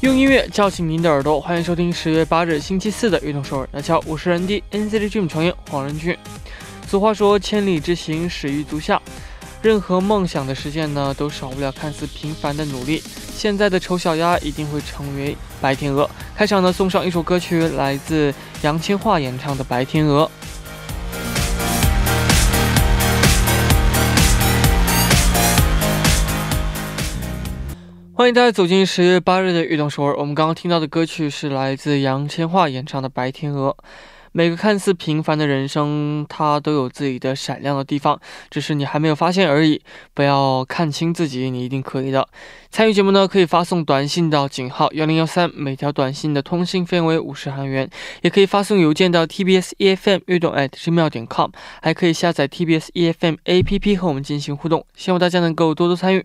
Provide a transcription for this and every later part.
用音乐叫醒您的耳朵，欢迎收听十月八日星期四的《运动首尔大桥》，我是人 D NCT Dream 成员黄仁俊。俗话说，千里之行，始于足下。任何梦想的实现呢，都少不了看似平凡的努力。现在的丑小鸭一定会成为白天鹅。开场呢，送上一首歌曲，来自杨千嬅演唱的《白天鹅》。欢迎大家走进十月八日的《运动首尔》。我们刚刚听到的歌曲是来自杨千嬅演唱的《白天鹅》。每个看似平凡的人生，它都有自己的闪亮的地方，只是你还没有发现而已。不要看清自己，你一定可以的。参与节目呢，可以发送短信到井号幺零幺三，每条短信的通信费为五十韩元，也可以发送邮件到 tbs efm E 运动 at gmail 点 com，还可以下载 tbs efm app 和我们进行互动。希望大家能够多多参与。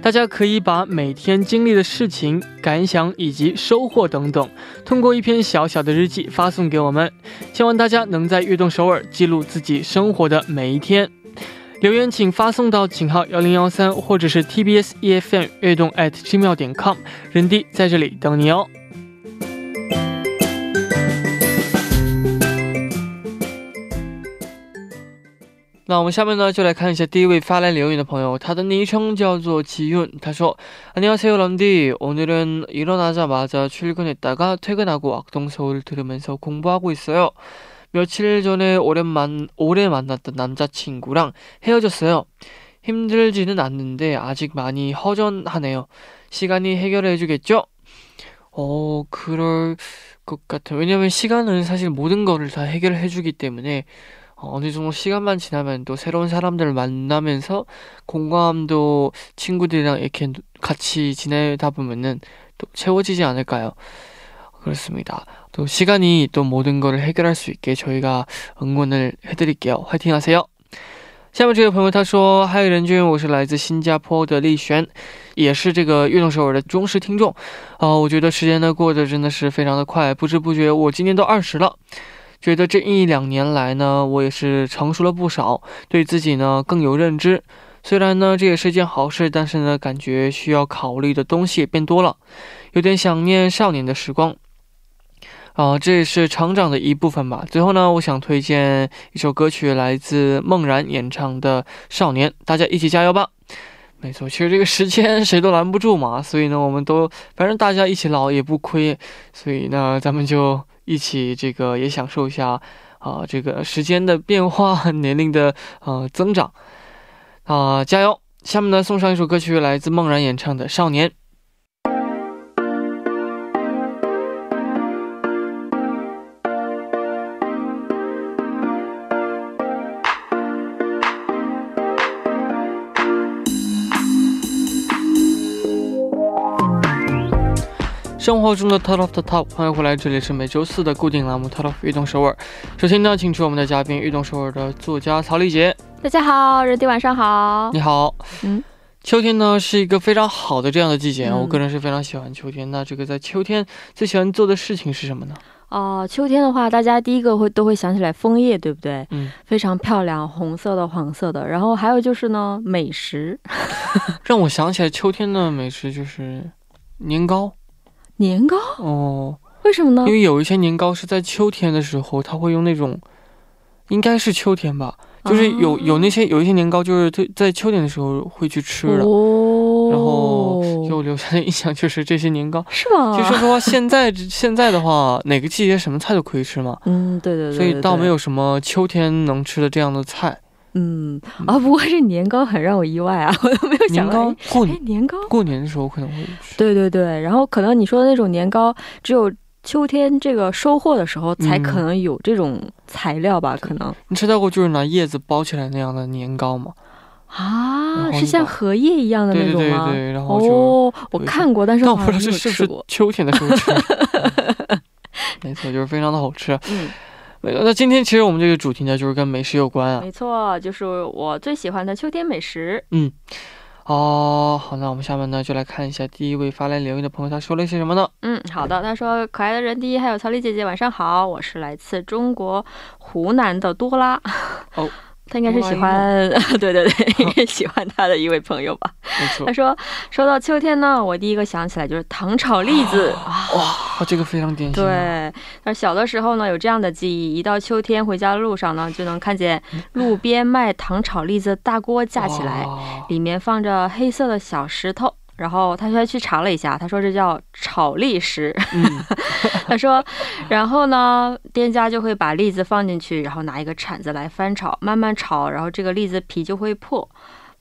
大家可以把每天经历的事情、感想以及收获等等，通过一篇小小的日记发送给我们。希望大家能在悦动首尔记录自己生活的每一天。留言请发送到井号幺零幺三，或者是 TBS EFM 悦动 at gmail 点 com，人弟在这里等你哦。那我们下面呢，就来看一下第一位发来留言的朋友，他的昵称叫做지윤。他说：“안녕하세요，런디오늘은일어나자마자출근했다가퇴근하고악동서울들으면서공부하고있어요。 며칠 전에 오랜만 오래 만났던 남자친구랑 헤어졌어요. 힘들지는 않는데 아직 많이 허전하네요. 시간이 해결해 주겠죠? 어, 그럴 것 같아요. 왜냐면 시간은 사실 모든 거를 다 해결해 주기 때문에 어느 정도 시간만 지나면 또 새로운 사람들을 만나면서 공감도 친구들이랑 이렇게 같이 지내다 보면은 또 채워지지 않을까요? 그렇습니다. 또 시간이 또 모든 것을 해결할 수 있게 저희가 응원을 해드릴게요. 화이팅 하세요! 下面这位朋友他说：“嗨，任君，我是来自新加坡的丽璇，也是这个运动首尔的忠实听众。啊、呃，我觉得时间呢过得真的是非常的快，不知不觉我今年都二十了。”觉得这一两年来呢，我也是成熟了不少，对自己呢更有认知。虽然呢这也是件好事，但是呢感觉需要考虑的东西也变多了，有点想念少年的时光。啊、呃，这也是成长的一部分吧。最后呢，我想推荐一首歌曲，来自梦然演唱的《少年》，大家一起加油吧！没错，其实这个时间谁都拦不住嘛，所以呢我们都反正大家一起老也不亏，所以呢咱们就。一起这个也享受一下啊、呃，这个时间的变化，年龄的呃增长啊、呃，加油！下面呢送上一首歌曲，来自梦然演唱的《少年》。生活中的 Top of the Top，欢迎回来，这里是每周四的固定栏目 Top of 运动首尔。首先呢，请出我们的嘉宾，运动首尔的作家曹丽杰。大家好，热迪晚上好。你好，嗯，秋天呢是一个非常好的这样的季节，嗯、我个人是非常喜欢秋天。那这个在秋天最喜欢做的事情是什么呢？哦、呃，秋天的话，大家第一个会都会想起来枫叶，对不对？嗯，非常漂亮，红色的、黄色的。然后还有就是呢，美食，让我想起来秋天的美食就是年糕。年糕哦，为什么呢？因为有一些年糕是在秋天的时候，它会用那种，应该是秋哦天吧，就是有、啊、有那些有一些年糕就是在在秋天的时候会去吃的哦，然后给哦，我留下的印象就是这些年糕。是吧？其实说实话，现在 现在的话，哪个季节什么菜都可以吃嘛，嗯，对对对所以对倒对没有什么秋天能吃的这样的菜。嗯啊，不过这年糕很让我意外啊， 我都没有年想到糕哎过哎年糕，过年的时候可能会吃，对对对，然后可能你说的那种年糕，只有秋天这个收获的时候才嗯可能有这种材料吧，可能你吃到过就是拿叶子包起来那样的年糕吗？啊，然后是你像把荷叶一样的对那对种对吗？对，然后就。哦，我有一种看过，但是但我好不知道像这没有是不吃是过。秋天的时候吃。 没错，就是非常的好吃。 嗯，没错，那今天其实我们这个主题呢，就是跟美食有关啊。没错，就是我最喜欢的秋天美食。哦，好，那我们下面呢就来看一下第一位发来留言的朋友他说了一些什么呢？嗯，好的。他说：“可爱的人第一，还有曹丽姐姐，晚上好，我是来自中国湖南的多拉。”哦， 他应该是喜欢， 对对对， 应该喜欢他的一位朋友吧。没错他，说：“说到秋天呢，我第一个想起来就是糖炒栗哦子啊。”哇，这个非常典型、啊。对，但是小的时候呢，有这样的记忆：一到秋天回家的路上呢，就能看见路边卖糖炒栗子的大锅架起来，哇里面放着黑色的小石头。然后他还去查了一下，他说这叫炒栗石。嗯， 他说，然后呢，店家就会把栗子放进去，然后拿一个铲子来翻炒，慢慢炒，然后这个栗子皮就会破，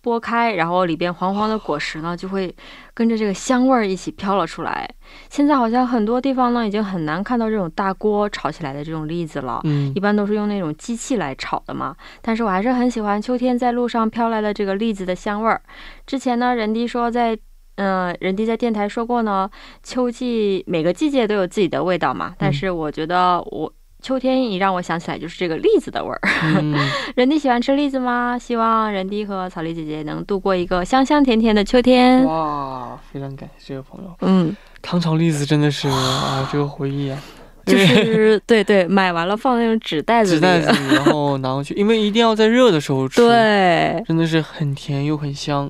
剥开，然后里边黄黄的果实呢就会跟着这个香味儿一起飘了出来。现在好像很多地方呢已经很难看到这种大锅炒起来的这种栗子了。嗯一，般都是用那种机器来炒的嘛，但是我还是很喜欢秋天在路上飘来的这个栗子的香味儿。之前呢，人迪说在，嗯、人迪在电台说过呢，秋季每个季节都有自己的味道嘛，嗯但是我觉得我。秋天一让我想起来就是这个栗子的味儿。 嗯，人迪喜欢吃栗子吗？希望人迪和草梨姐姐能度过一个香香甜甜的秋天。哇，非常感谢这位朋友。 嗯，糖炒栗子真的是啊，这个回忆啊，就是对对，买完了放那种纸 袋子纸里。袋子里，然后拿过去，因为一定要在热的时候吃。对，真的是很甜又很香，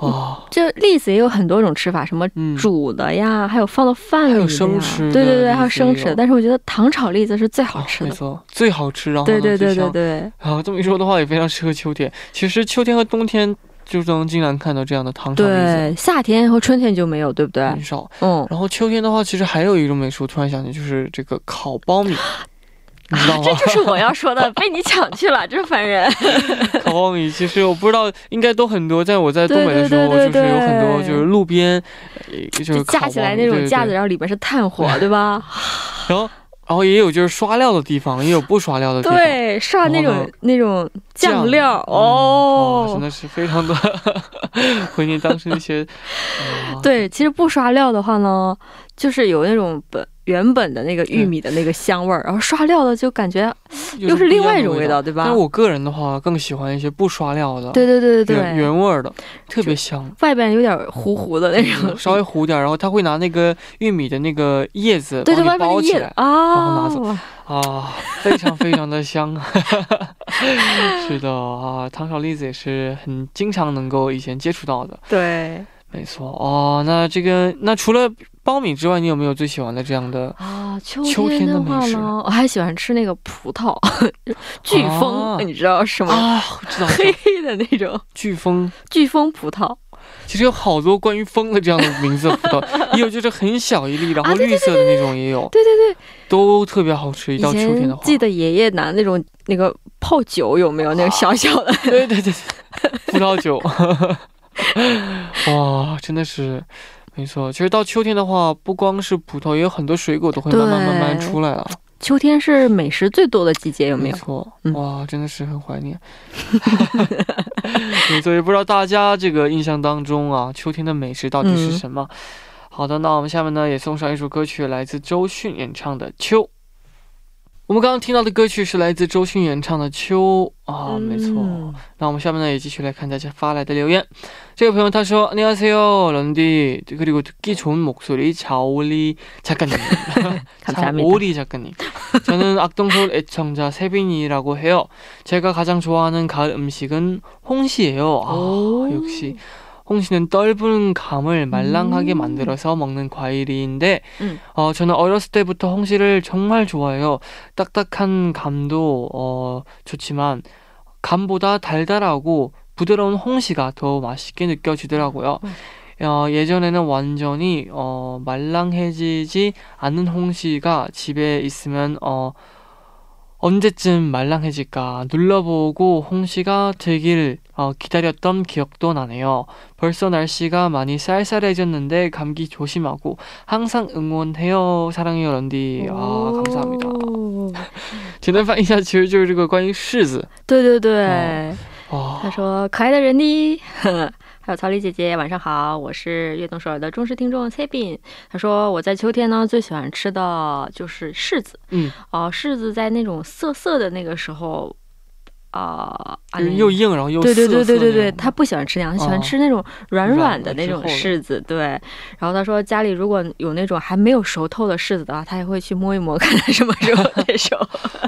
哇，就栗子也有很多种吃法，什么嗯，嗯煮的呀，还有放到饭里还的呀有生吃的对对栗对，子还有生吃也的。有但是我觉得糖炒栗子是最好哦吃没的。错，最好吃，然后对呢对最对对香对，啊，这么一说的话，也非常适合秋天。其实秋天和冬天就能经常看到这样的糖炒栗子，对夏天和春天就没有，对不对？很少。嗯，然后秋天的话，其实还有一种美食，我突然想起，就是这个烤苞米，你知道这 吗？就是我要说的，被你抢去了，真烦 人。烤苞米其实我不知道，应该都很多。在我在东北的时候，对对对对就是有很多，对就是路边，呃就就是烤架起苞来米对那种对架子，对然后里边是炭火，对吧？然后然后也有就是刷料的地方，也有不刷料的地方。对，刷那然后种呢那种酱料嗯哇真哦。的是非 常的怀念当时那 些，呃哇对，其实不刷料的话呢，就是有那种本原本的那个玉对米的那个香味儿，然后刷料的就感觉有又是不另样外的一种味味道，。对吧？但是我个人的话，更喜欢一些不刷料的，对对对对原对，原味儿的，特别香，外边有点糊糊的那种，嗯 稍微糊点儿。然后他会拿那个玉米的那个叶子对对，帮外你边包的起叶来后拿啊走，啊，非常非常的香。 是的啊，糖炒栗子也是很经常能够以前接触到的，对没错哦。那这个那除了苞米之外，你有没有最喜欢的这样的？啊。秋秋天天的的美话食呢，我还喜欢吃那个葡萄， 飓啊风，你知道什么啊，我知道 黑黑的那种飓风，飓风葡萄其实有好多关于风的这样的名字的葡 萄，也有就是很小一粒，然后啊对绿色的那种也有，对对对，都特别好吃。一以到秋天的前话，记得爷爷拿那种那个泡酒有没有那啊个小小的？ 对对对，葡萄酒， 哇，真的是。没错，其实到秋天的话，不光是葡萄，也有很多水果都会慢慢对慢慢出来了。秋天是美食最多的季节，有没没有？错，嗯哇，真的是很怀念。没错，也不知道大家这个印象当中啊，秋天的美食到底是嗯什么？好的，那我们下面呢也送上一首歌曲，来自周迅演唱的《秋》。我们刚刚听到的歌曲是来自周迅演唱的《秋》啊，没错。嗯那我们下面呢也继续来看大家发来的留言。这位朋友他说：“안녕하세요，런디그리고듣기좋은목소리자오리작가님 감사합니다. 오리 작가님. 저는 악동서울 애청자 세빈이라고 해요. 제가 가장 좋아하는 가을 음식은 홍시예요. 아, 오. 역시 홍시는 떫은 감을 말랑하게 음. 만들어서 먹는 과일인데 음. 어, 저는 어렸을 때부터 홍시를 정말 좋아해요. 딱딱한 감도 어, 좋지만 감보다 달달하고 부드러운 홍시가 더 맛있게 느껴지더라고요. 어, 예전에는 완전히 어, 말랑해지지 않은 홍시가 집에 있으면 어, 언제쯤 말랑해질까 눌러보고 홍시가 되길 어, 기다렸던 기억도 나네요. 벌써 날씨가 많이 쌀쌀해졌는데 감기 조심하고 항상 응원해요. 사랑해요 런디. 아 哦 감사합니다. 简单翻译一下，其实就是这个关于柿子。对对对，哦哦他，说：“可爱的人呢？” 还有曹丽姐姐，晚上好，我是悦动首尔的忠实听众 Sabin。他说：“我在秋天呢，最喜欢吃的就是柿子。嗯，哦、柿子在那种涩涩的那个时候，啊、啊，就是那又硬然后又对对对涩涩对对对，那种他不喜欢吃那样，他喜哦欢吃那种软软软的了那之种后的柿子。对，然后他说家里如果有那种还没有熟透的柿子的话，他也会去摸一摸，看它什么 时候得熟。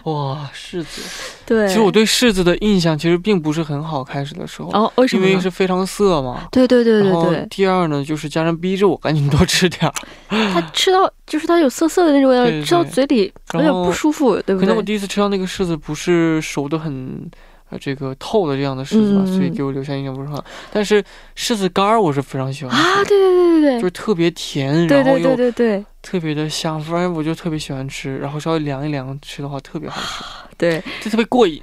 哇柿子。对，其实我对柿子的印象其实并不是很好，开始的时候，哦，为什因么为呢？是非常涩嘛。对对对对然后对，第二呢，就是家人逼着我赶紧 多吃点儿。它吃到就是它有涩涩的那种味嗯对对道，吃到对嘴里有点然后不舒服，对不可能我对？第一次吃到那个柿子不是熟的很，呃，这个透的这样的柿子吧，嗯嗯嗯所以给我留下印象不是很好。但是柿子干儿我是非常喜欢吃啊，的，对对对就是特别甜，对对然后对对又对对特别的香，反正我就特别喜欢吃，然后稍微凉一凉吃的话特别好吃，对。就特别过瘾。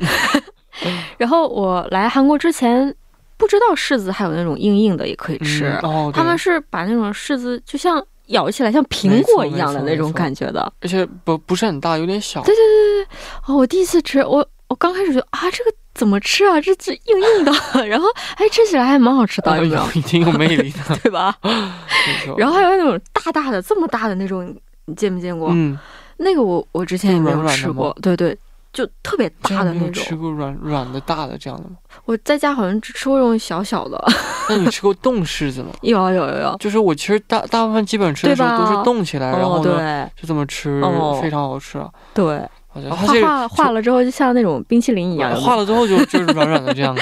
然后我来韩国之前不知道柿子还有那种硬硬的也可以吃，嗯、哦，对他们是把那种柿子就像咬起来像苹果一样的那种感觉的。而且不不是很大，有点小。对哦，我第一次吃，我我刚开始觉得啊，这个怎么吃啊？这这硬硬的， 然后哎，吃起来还蛮好吃的，有没有有？一定有魅力的，对吧？哦没错 然后还有那种大大的、这么大的那种，你见没见过？嗯，那个我我之前也没就是软有软的吃吗过，对对，就特别这大样的没有那吃种。过软软的大的这样的吗？我在家好像只吃过这种小小的，那你吃过冻柿子吗？ 有啊有有有，就是我其实大大部分基本吃的时候对都吧是冻起来，然哦后呢对就这么吃哦，非常好吃啊。对，好像它画这个画画了之后就像那种冰淇淋一样，有没有化了之后就就是软软的这样子。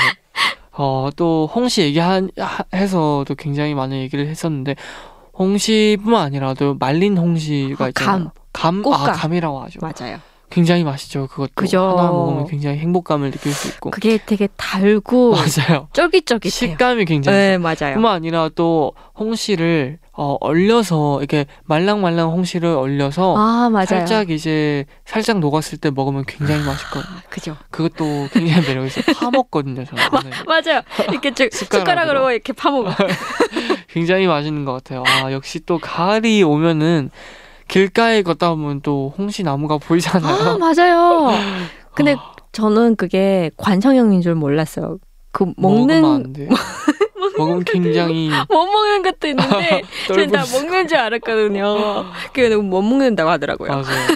어, 또 홍시 얘기해서도 굉장히 많은 얘기를 했었는데 홍시뿐만 아니라도 말린 홍시가 아, 있잖아요. 감, 아, 꽃감. 감이라고 하죠. 맞아요. 굉장히 맛있죠. 그것도 그죠. 하나 먹으면 굉장히 행복감을 느낄 수 있고. 그게 되게 달고 맞아요. 쫄깃쫄깃해요. 식감이 굉장히 네 맞아요. 뿐만 아니라 또 홍시를 어, 얼려서 이렇게 말랑말랑 홍시를 얼려서 아 맞아요. 살짝 이제 살짝 녹았을 때 먹으면 굉장히 맛있거든요. 그죠. 그것도 굉장히 매력 있어요. 파 먹거든요, 저는. 네. 오늘. 맞아요. 이렇게 쭉 숟가락으로. 숟가락으로 이렇게 파먹어. 굉장히 맛있는 것 같아요. 아, 역시 또 가을이 오면은 길가에 걷다 보면 또 홍시 나무가 아 보이잖아요. 맞아요. 근데 어。 저는 그게 관상형인 줄 몰랐어요. 그 먹는 먹으면 안 돼. 먹으면 굉장히 못 먹는 것도 있는데 떫을 저는 다 수- 먹는 줄 알았거든요. 그게 못 먹는다고 하더라고요. 맞아요.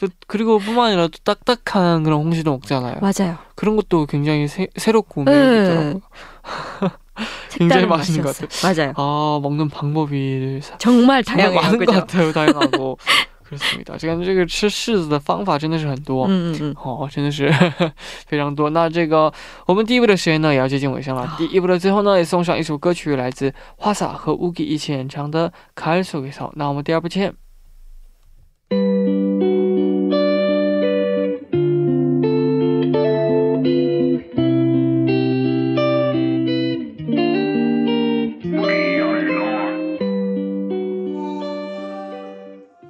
또 그리고 뿐만 아니라 또 딱딱한 그런 홍시도 먹잖아요. 맞아요. 그런 것도 굉장히 새, 새롭고 네. 매력있더라고요. 굉장히 색다른 맛있는 것 맛이었어요. 맞아요. 아 먹는 방법이 사- 정말 정말 다양해요. 많은 것 그죠? 같아요. 다양하고 그렇습니다. 지금 这个吃柿子的方法真的是很多。 음, 음, 음. 哦，真的 是非常多。那这个我们第一部的时间呢，也要接近尾声了。第一部的最后呢，也送上一首歌曲，来自花洒和 Ugi 一起演唱的《卡尔索给草》。那我们第二部见。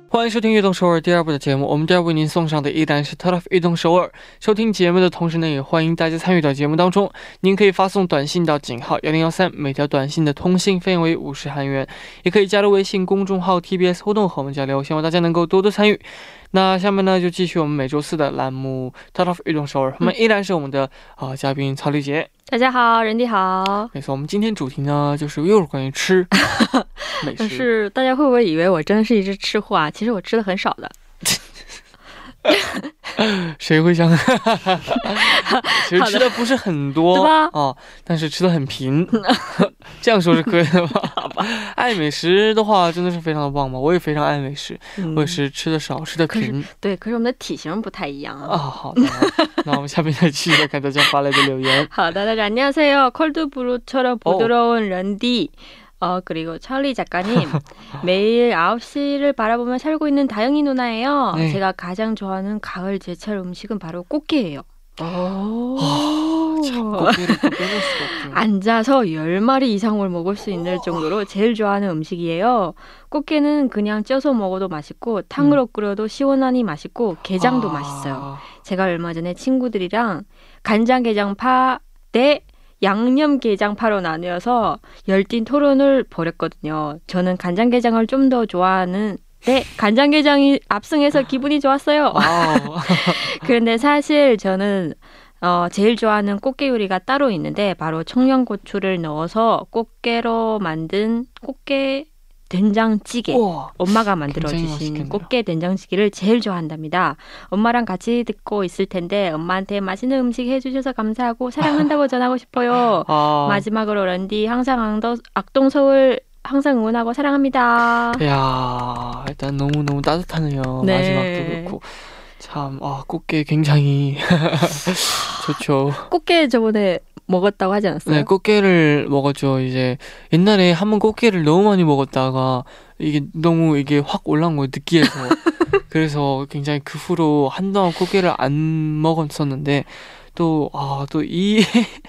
欢迎收听《运动首尔》第二部的节目，我们第二部为您送上的依然是 t o l o f 运动首尔。收听节目的同时呢，也欢迎大家参与到节目当中。您可以发送短信到井号幺零幺三，每条短信的通信费用为五十韩元，也可以加入微信公众号 TBS 互动和我们交流，希望大家能够多多参与。那下面呢，就继续我们每周四的栏目 t o l o f 运动首尔，我们依然是我们的啊、呃嘉宾曹丽杰。大家好, 랜디好. 没错，我们今天主题呢，就是又是关于吃美食。但是大家会不会以为我真的是一只吃货啊？其实我吃的很少的。谁会 想？其实吃的不是很多，对吧哦，但是吃的很 贫，这样说是可以的吧？ 好吧。爱美食的话，真的是非常的棒嘛，我也非常爱美食，我也是吃的少，吃的贫对，可是我们的体型不太一样啊。啊。好的，那我们下面再继续来看大家发来的留 言。好的，大家 아, 안녕하세요. 콜드브루처럼 어. 부드러운 런디. 어, 그리고 찰리 작가님. 매일 9시를 바라보며 살고 있는 다영이 누나예요. 네. 제가 가장 좋아하는 가을 제철 음식은 바로 꽃게예요. 어. 아, 고기를 또 빼놓을 수가 없죠. 앉아서 10마리 이상을 먹을 수 있는 정도로 제일 좋아하는 음식이에요. 꽃게는 그냥 쪄서 먹어도 맛있고 탕으로 끓여도 시원하니 맛있고 게장도 음. 아. 맛있어요. 제가 얼마 전에 친구들이랑 간장게장파 대 양념게장파로 나뉘어서 열띤 토론을 벌였거든요. 저는 간장게장을 좀 더 좋아하는 데 간장게장이 압승해서 기분이 좋았어요. 와우. 그런데 사실 저는 어, 제일 좋아하는 꽃게 요리가 따로 있는데 바로 청양고추를 넣어서 꽃게로 만든 꽃게 된장찌개. 우와. 엄마가 굉장히 만들어주신 맛있겠네요. 꽃게 된장찌개를 제일 좋아한답니다. 엄마랑 같이 듣고 있을 텐데 엄마한테 맛있는 음식 해주셔서 감사하고 사랑한다고 전하고 싶어요. 아. 마지막으로 런디 항상 악동, 악동 서울 항상 응원하고 사랑합니다. 야 일단 너무 너무 아. 따뜻하네요. 네. 마지막도 그렇고 참 아, 꽃게 굉장히 좋죠. 꽃게 저번에 먹었다고 하지 않았어요? 네, 꽃게를 먹었죠. 이제 옛날에 한 번 꽃게를 너무 많이 먹었다가 이게 너무 이게 확 올라온 거예요. 느끼해서. 그래서 굉장히 그 후로 한동안 꽃게를 안 먹었었는데 또 아, 또 이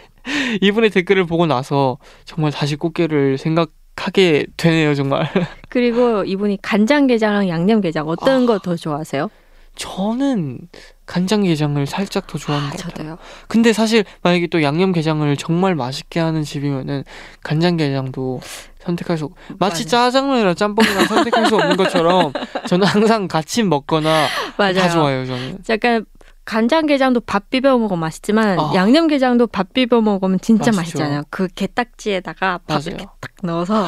이분의 댓글을 보고 나서 정말 다시 꽃게를 생각하게 되네요, 정말. 그리고 이분이 간장게장랑 양념게장 어떤 아. 거 더 좋아하세요? 저는 간장게장을 살짝 더 좋아하는 것 같아요. 저도요. 근데 사실 만약에 또 양념게장을 정말 맛있게 하는 집이면은 간장게장도 선택할 수 없고 마치 맞아요. 짜장면이랑 짬뽕이랑 선택할 수 없는 것처럼 저는 항상 같이 먹거나 다 맞아요. 좋아요 저는. 약간 간장게장도 밥 비벼 먹으면 맛있지만 아. 양념게장도 밥 비벼 먹으면 진짜 맛있죠. 맛있잖아요그 게딱지에다가 밥 맞아요. 이렇게 딱 넣어서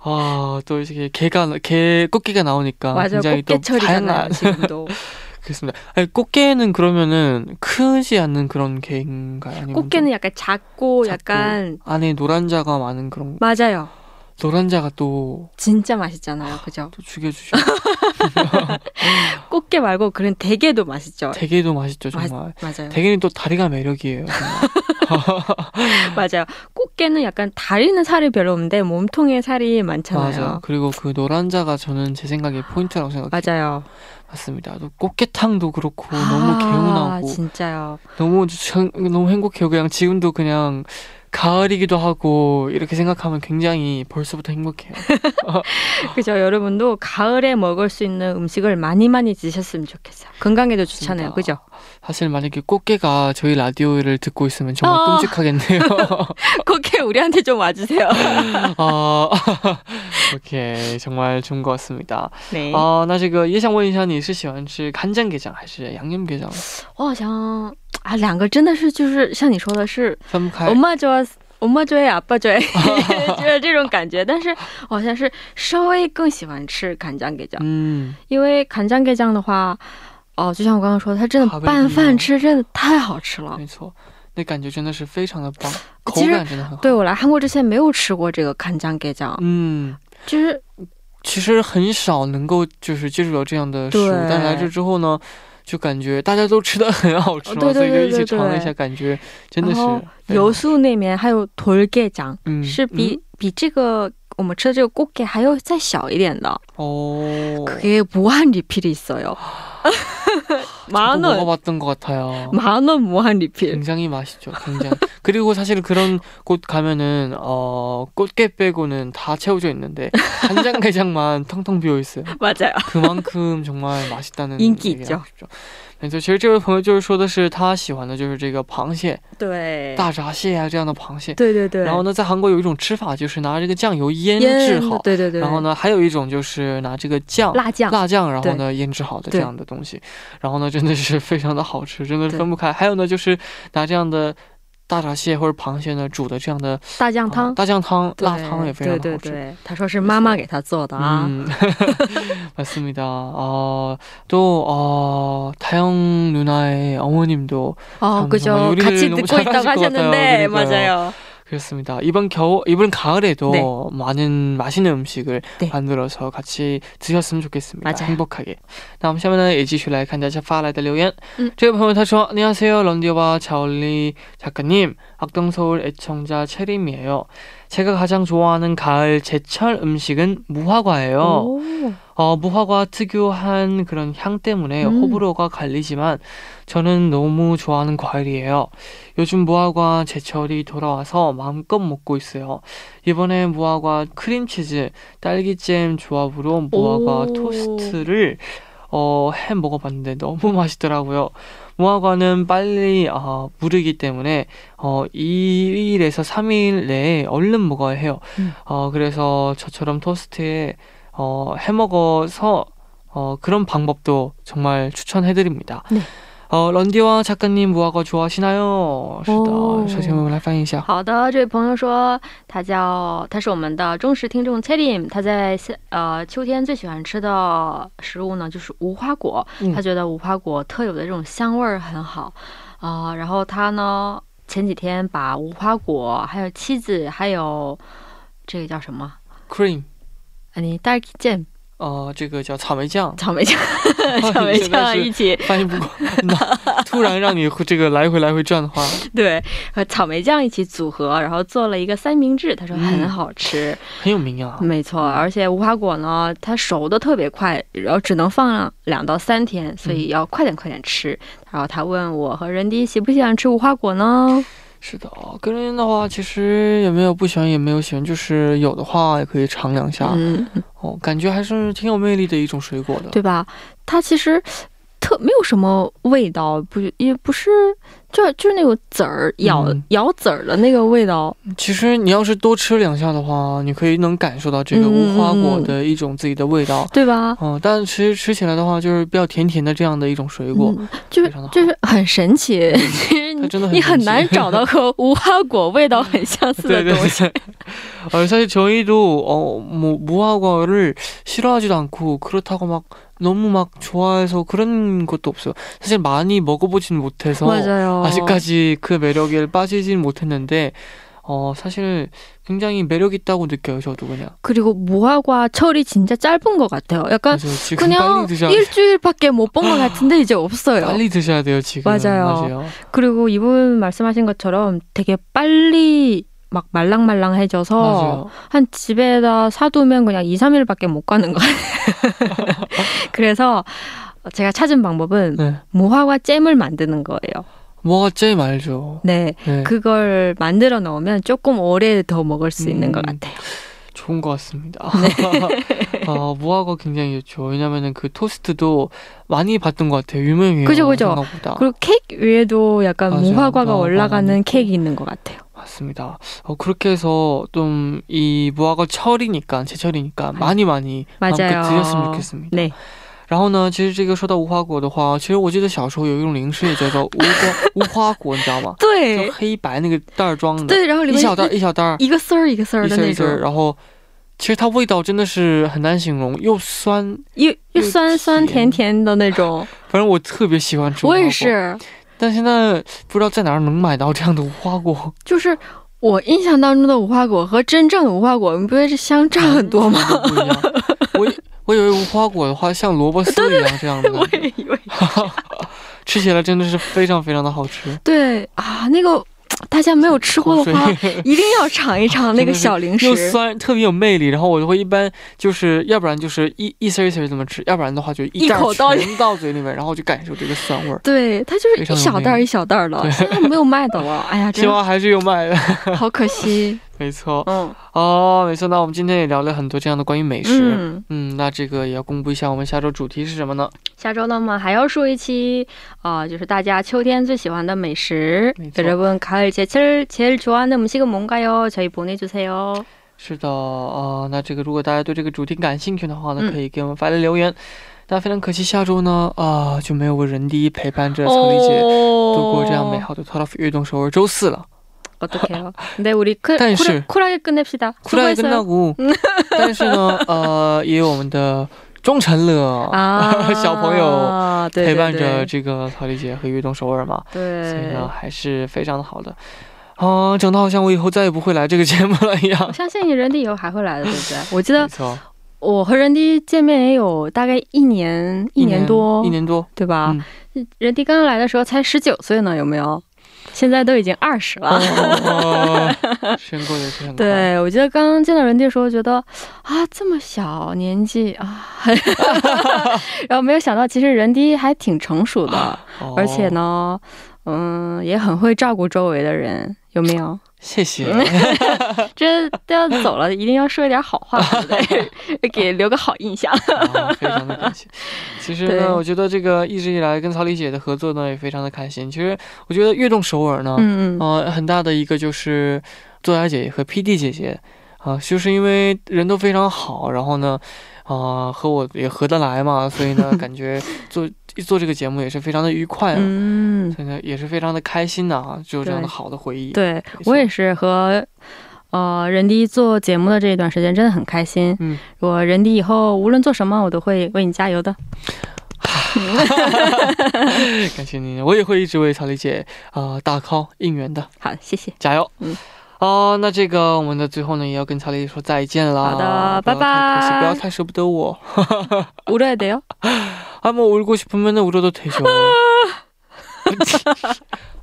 아또 이렇게 게가 게 꽃게가 나오니까 맞아요. 굉장히 또 꽃게 처리잖아요. 다양한 지금도 그렇습니다. 아니, 꽃게는 그러면은 크지 않는 그런 게인가요? 아니면 꽃게는 약간 작고, 작고. 약간 좀 안에 노란자가 많은 그런 맞아요. 노란자가 또 진짜 맛있잖아요. 그죠? 또 죽여주죠. 꽃게 말고 그런 대게도 맛있죠. 네. 대게도 맛있죠 아, 맛- 정말. 맞아요. 대게는 또 다리가 매력이에요. 정말. 맞아요. 꽃게는 약간 다리는 살이 별로 없는데 몸통에 살이 많잖아요. 맞아요. 그리고 그 노란자가 저는 제 생각에 포인트라고 생각해요. 맞아요. 맞습니다. 또 꽃게탕도 그렇고 어, 너무 개운하고 아, 진짜요. 너무 전- 너무 행복해요. 그냥 지금도 그냥 가을이기도 하고 이렇게 생각하면 굉장히 벌써부터 행복해요. 그죠. 여러분도 가을에 먹을 수 있는 음식을 많이 많이 드셨으면 좋겠어요. 건강에도 좋잖아요. 그죠? 맞습니다. 사실 만약에 꽃게가 저희 라디오를 듣고 있으면 정말 어. 끔찍하겠네요. 그렇게 우리한테 좀 와주세요. 아, 오케이 정말 좋은 것 같습니다. 아, 네. 啊、那这个也想问一下，你是喜欢吃干酱给酱还是양념게장？ 我好像啊，两个真的是就是像你说的是，分不开 아, 엄마좋아我妈追啊，爸追， 就是这种感觉。但是我好像是稍微更喜欢吃간장게장， 嗯，因为간장게장的话，哦，就像我刚刚说的，它真好的味拌道饭吃真的太好吃了。没错，那感觉真的是非常的 아, 棒，口其实感真的很好。对我来韩国之前没有吃过这个간장게장， 嗯，就是其实很少能够就是接触到这样的食物，对但来这之后呢，就感觉大家都吃的很好吃嘛，对对所以对就一起对尝了一对下，感觉真的然是后非常油素那边还有돌게장， 嗯是比嗯比这个我们吃的这个锅给还要再小一点的。哦， 그게 무한 리필이 있어요. 만 저도 원, 먹어봤던 것 같아요. 만 원 무한 리필. 굉장히 맛있죠, 굉장히. 그리고 사실 그런 곳 가면은 어 꽃게 빼고는 다 채워져 있는데 간장게장만 텅텅 비어 있어요. 맞아요. 그만큼정말맛있다는 인기 얘기를 있죠. 하고 싶죠.没错，其实这位朋友就是说的是他喜欢的就是这个螃蟹、 对大闸蟹啊这样的螃蟹。对对对。然后呢，在韩国有一种吃法就是拿这个酱油腌制腌好的，，对对对。然后？呢，还有一种就是拿这个酱。辣酱。辣酱，然后呢腌制好的这对样的东西，然后呢真的是非常的好吃，真的是对分不开。还有呢就是拿这样的大闸蟹或者螃蟹呢煮的这样的大酱呃汤。大酱汤、对辣汤也非常对的对好吃。嗯对，他说是妈妈给他做的啊。 음, 맞습니다. 어, 또, 어, 다영 누나의 어머님도 어, 참 정말 그죠. 요리를 같이 너무 듣고 있다고 잘하실 것 하셨는데 같아요. 맞아요. 그렇습니다. 이번 겨울, 이번 가을에도 네. 많은 맛있는 음식을 네. 만들어서 같이 드셨으면 좋겠습니다. 맞아요. 행복하게. 那我们下面呢也继续来看大家发来的留言 음. 这位朋友他说 안녕하세요 런디와 자올리 작가님 악동서울 애청자 채림이에요 제가 가장 좋아하는 가을 제철 음식은 무화과예요. 오. 어, 무화과 특유한 그런 향 때문에 음. 호불호가 갈리지만 저는 너무 좋아하는 과일이에요. 요즘 무화과 제철이 돌아와서 마음껏 먹고 있어요. 이번에 무화과 크림치즈, 딸기잼 조합으로 무화과 오. 토스트를 어, 해 먹어봤는데 너무 맛있더라고요. 무화과는 빨리 아, 무르기 때문에 어, 2일에서 3일 내에 얼른 먹어야 해요. 음. 어, 그래서 저처럼 토스트에 어, 해먹어서 어, 그런 방법도 정말 추천해드립니다. 네. 어, 런디와 작가님 무화과 좋아하시나요? 哦。是的，首先我们来翻译一下。好的，这位朋友说，他叫他是我们的忠实听众 Cherim，他在夏呃秋天最喜欢吃的食物呢就是无花果，嗯他觉得无花果特有的这种香味儿很好啊、然后他呢前几天把无花果还有妻子还有这个叫什么？ cream，啊，你大家见呃，这个叫草莓酱，草莓酱，草莓真的酱是 一起翻译不过，那突然让你这个来回来回转的话，对和草莓酱一起组合，然后做了一个三明治，他说很嗯好吃。很有名啊。没错，而且无花果呢，它熟的特别快，然后只能放两到三天，所以要快点快点吃。然后他问我和人迪喜不喜欢吃无花果呢？是的，个人的话，其实也没有不喜欢，也没有喜欢，就是有的话也可以尝两下、嗯，哦，感觉还是挺有魅力的一种水果的。对吧？它其实特没有什么味道，不也不是，就就是那个籽儿咬、嗯咬籽儿的那个味道。其实你要是多吃两下的话，你可以能感受到这个无花果的一种自己的味道。对吧？哦，但其实吃起来的话，就是比较甜甜的这样的一种水果，嗯、就是非常地好嗯就是很神奇， 其实它你真的很你很神奇 难找到和无花果味道很相似的对东 西。 네. 어, 사실 저희도 어, 뭐 무화과를 싫어하지도 않고 그렇다고 막 너무 막 좋아해서 그런 것도 없어요. 사실 많이 먹어보진 못해서 맞아요. 啊 아직까지 그 매력에 빠지진 못했는데 어, 사실 굉장히 매력 있다고 느껴요. 저도 그냥. 그리고 무화과 철이 진짜 짧은 것 같아요. 약간 그래서 음, 지금 그냥 빨리 드셔야 아, 일주일밖에 못 본 것 같은데 이제 없어요. 빨리 드셔야 돼요 지금. 맞아요. 그리고 이분 말씀하신 것처럼 되게 빨리 막 말랑말랑해져서 맞아요. 한 집에다 사두면 그냥 2, 3일밖에 못 가는 것 같아요. 그래서 제가 찾은 방법은 네. 무화과 잼을 만드는 거예요. 뭐가 제일 말죠. 네. 네. 그걸 만들어 넣으면 조금 오래 더 먹을 수 있는 것 음. 같아요. 좋은 것 같습니다. 네. 어, 무화과 굉장히 좋죠. 왜냐면은 그 토스트도 많이 봤던 것 같아요. 유명해요. 그죠, 그죠. 생각보다. 그리고 케이크 위에도 약간 아. 맞아요. 무화과가 무화과가 올라가는 있고. 케이크 있는 것 같아요. 맞습니다. 어, 그렇게 해서 좀 이 무화과 철이니까 제철이니까 많이 많이 맞아요. 마음껏 드셨으면 좋겠습니다. 네. 然后呢，其实这个说到无花果的话，其实我记得小时候有一种零食也叫做无花无花 果，你知道吗？对就黑白那个袋儿装的，对，然后里一面小袋儿一小袋儿，一个丝儿一个丝儿一的丝儿那一丝种儿，，然后其实它味道真的是很难形容，又酸，又又又酸酸甜甜甜的那种。 反正我特别喜欢吃。我也，是，但现在不知道在哪儿能买到这样的无花果。就是我印象当中的无花果和真正的无花果，你不会是相差很多吗？不一 样。我以我以为无花果的话像萝卜丝一样这样的 我感觉，也以为。吃起来真的是非常非常的好吃。对啊，那个大家没有吃过的话嗯口，水一定要尝一尝那个小零又食。酸，特别有魅力。然后我就会一般就是，要不然就是一一丝儿一丝儿这么吃，要不然的话就一一袋儿口倒进全到嘴里面，然后就感受这个酸味儿。对，它就是非一常有小袋儿魅力一小袋儿的，现在没有卖的了。哎呀，希真的望还是有卖的， 好可惜。没错嗯哦，没错。那我们今天也聊了很多这样的关于美食，嗯，嗯，那这个也要公布一下我们下周主题是什么呢？下周呢，我们还要说一期啊、就是大家秋天最喜欢的美食没。错 여러분 가을 제철 제일 좋아하는 음식은 뭔가요? 저희 보내주세요. 是的，呃，那这个如果大家对这个主题感兴趣的话呢嗯，可以给我们发来留言。那非常可惜，下周呢，啊、就没有我人第一陪伴着曹丽哦姐度过这样美好的 Top of 运动首尔周四了。 어떡해요? 근데 우리 쿨, 단 쿨, 실. 쿨하게 끝냅시다. 苦来 수고했어요. 跟那股，嗯 但是呢，呃，也有我们的钟晨乐 아, 小朋友陪伴着 네, 这个曹丽姐和运动首尔嘛， 네, 所以 네. 呢，还是非常的好的。啊、整的好像我以后再也不会来这个节目了一样。没我相信人迪以后还会来的，对不对？我记得错，我和人迪见面也有大概一年一年多一年多， 对吧、人迪刚刚来的时候才十九岁呢有没有现在都已经二十了。哦，时间过得也是很快。对，我觉得刚刚见到人地的时候，觉得啊，这么小年纪啊，然后没有想到，其实人迪还挺成熟的，哦，而且呢，嗯，也很会照顾周围的人，有没有？谢谢。 这都要走了，一定要说一点好话，对不对？给留个好印象。啊，非常的感谢。其实对呢，我觉得这个一直以来跟曹丽姐的合作呢，也非常的开心。其实我觉得跃动首尔呢，嗯嗯，呃，很大的一个就是作家姐姐和 PD 姐姐啊、就是因为人都非常好，然后呢，啊、和我也合得来嘛，所以呢，感 觉做做这个节目也是非常的愉快、啊，嗯，所以呢也是非常的开心的啊，就有这样的对好的回忆。对没错我也是和呃人迪做节目的这一段时间真的很开心。嗯，我人迪以后无论做什么，我都会为你加油的。 感谢您，我也会一直为曹丽姐啊、大 call 应援的。好，谢谢。加油！嗯。哦，那这个我们的最后呢，也要跟曹丽说再见啦。好的不要太可惜拜拜不要太舍不得我。 울어야 돼요? 아, 뭐 울고 싶으면 울어도 되죠.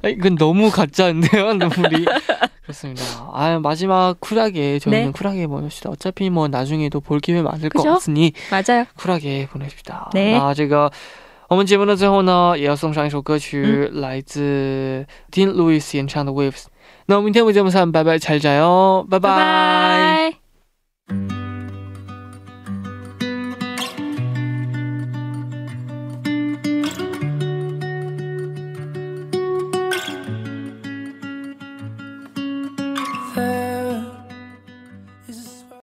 아, 이건 너무 가짜인데요, 눈물이. 그렇습니다. 아, 마지막 쿨하게 저희는 네. 쿨하게 보냅시다. 어차피 뭐 나중에도 볼 기회 많을 것 그죠? 같으니 맞아요. 쿨하게보내십시다 네 那这个我们节目的最后呢，也要送上一首歌曲， 음. 来自 Dean Lewis 演唱的 Waves。那我们明天不见不散，拜拜，잘자요，拜拜。 拜拜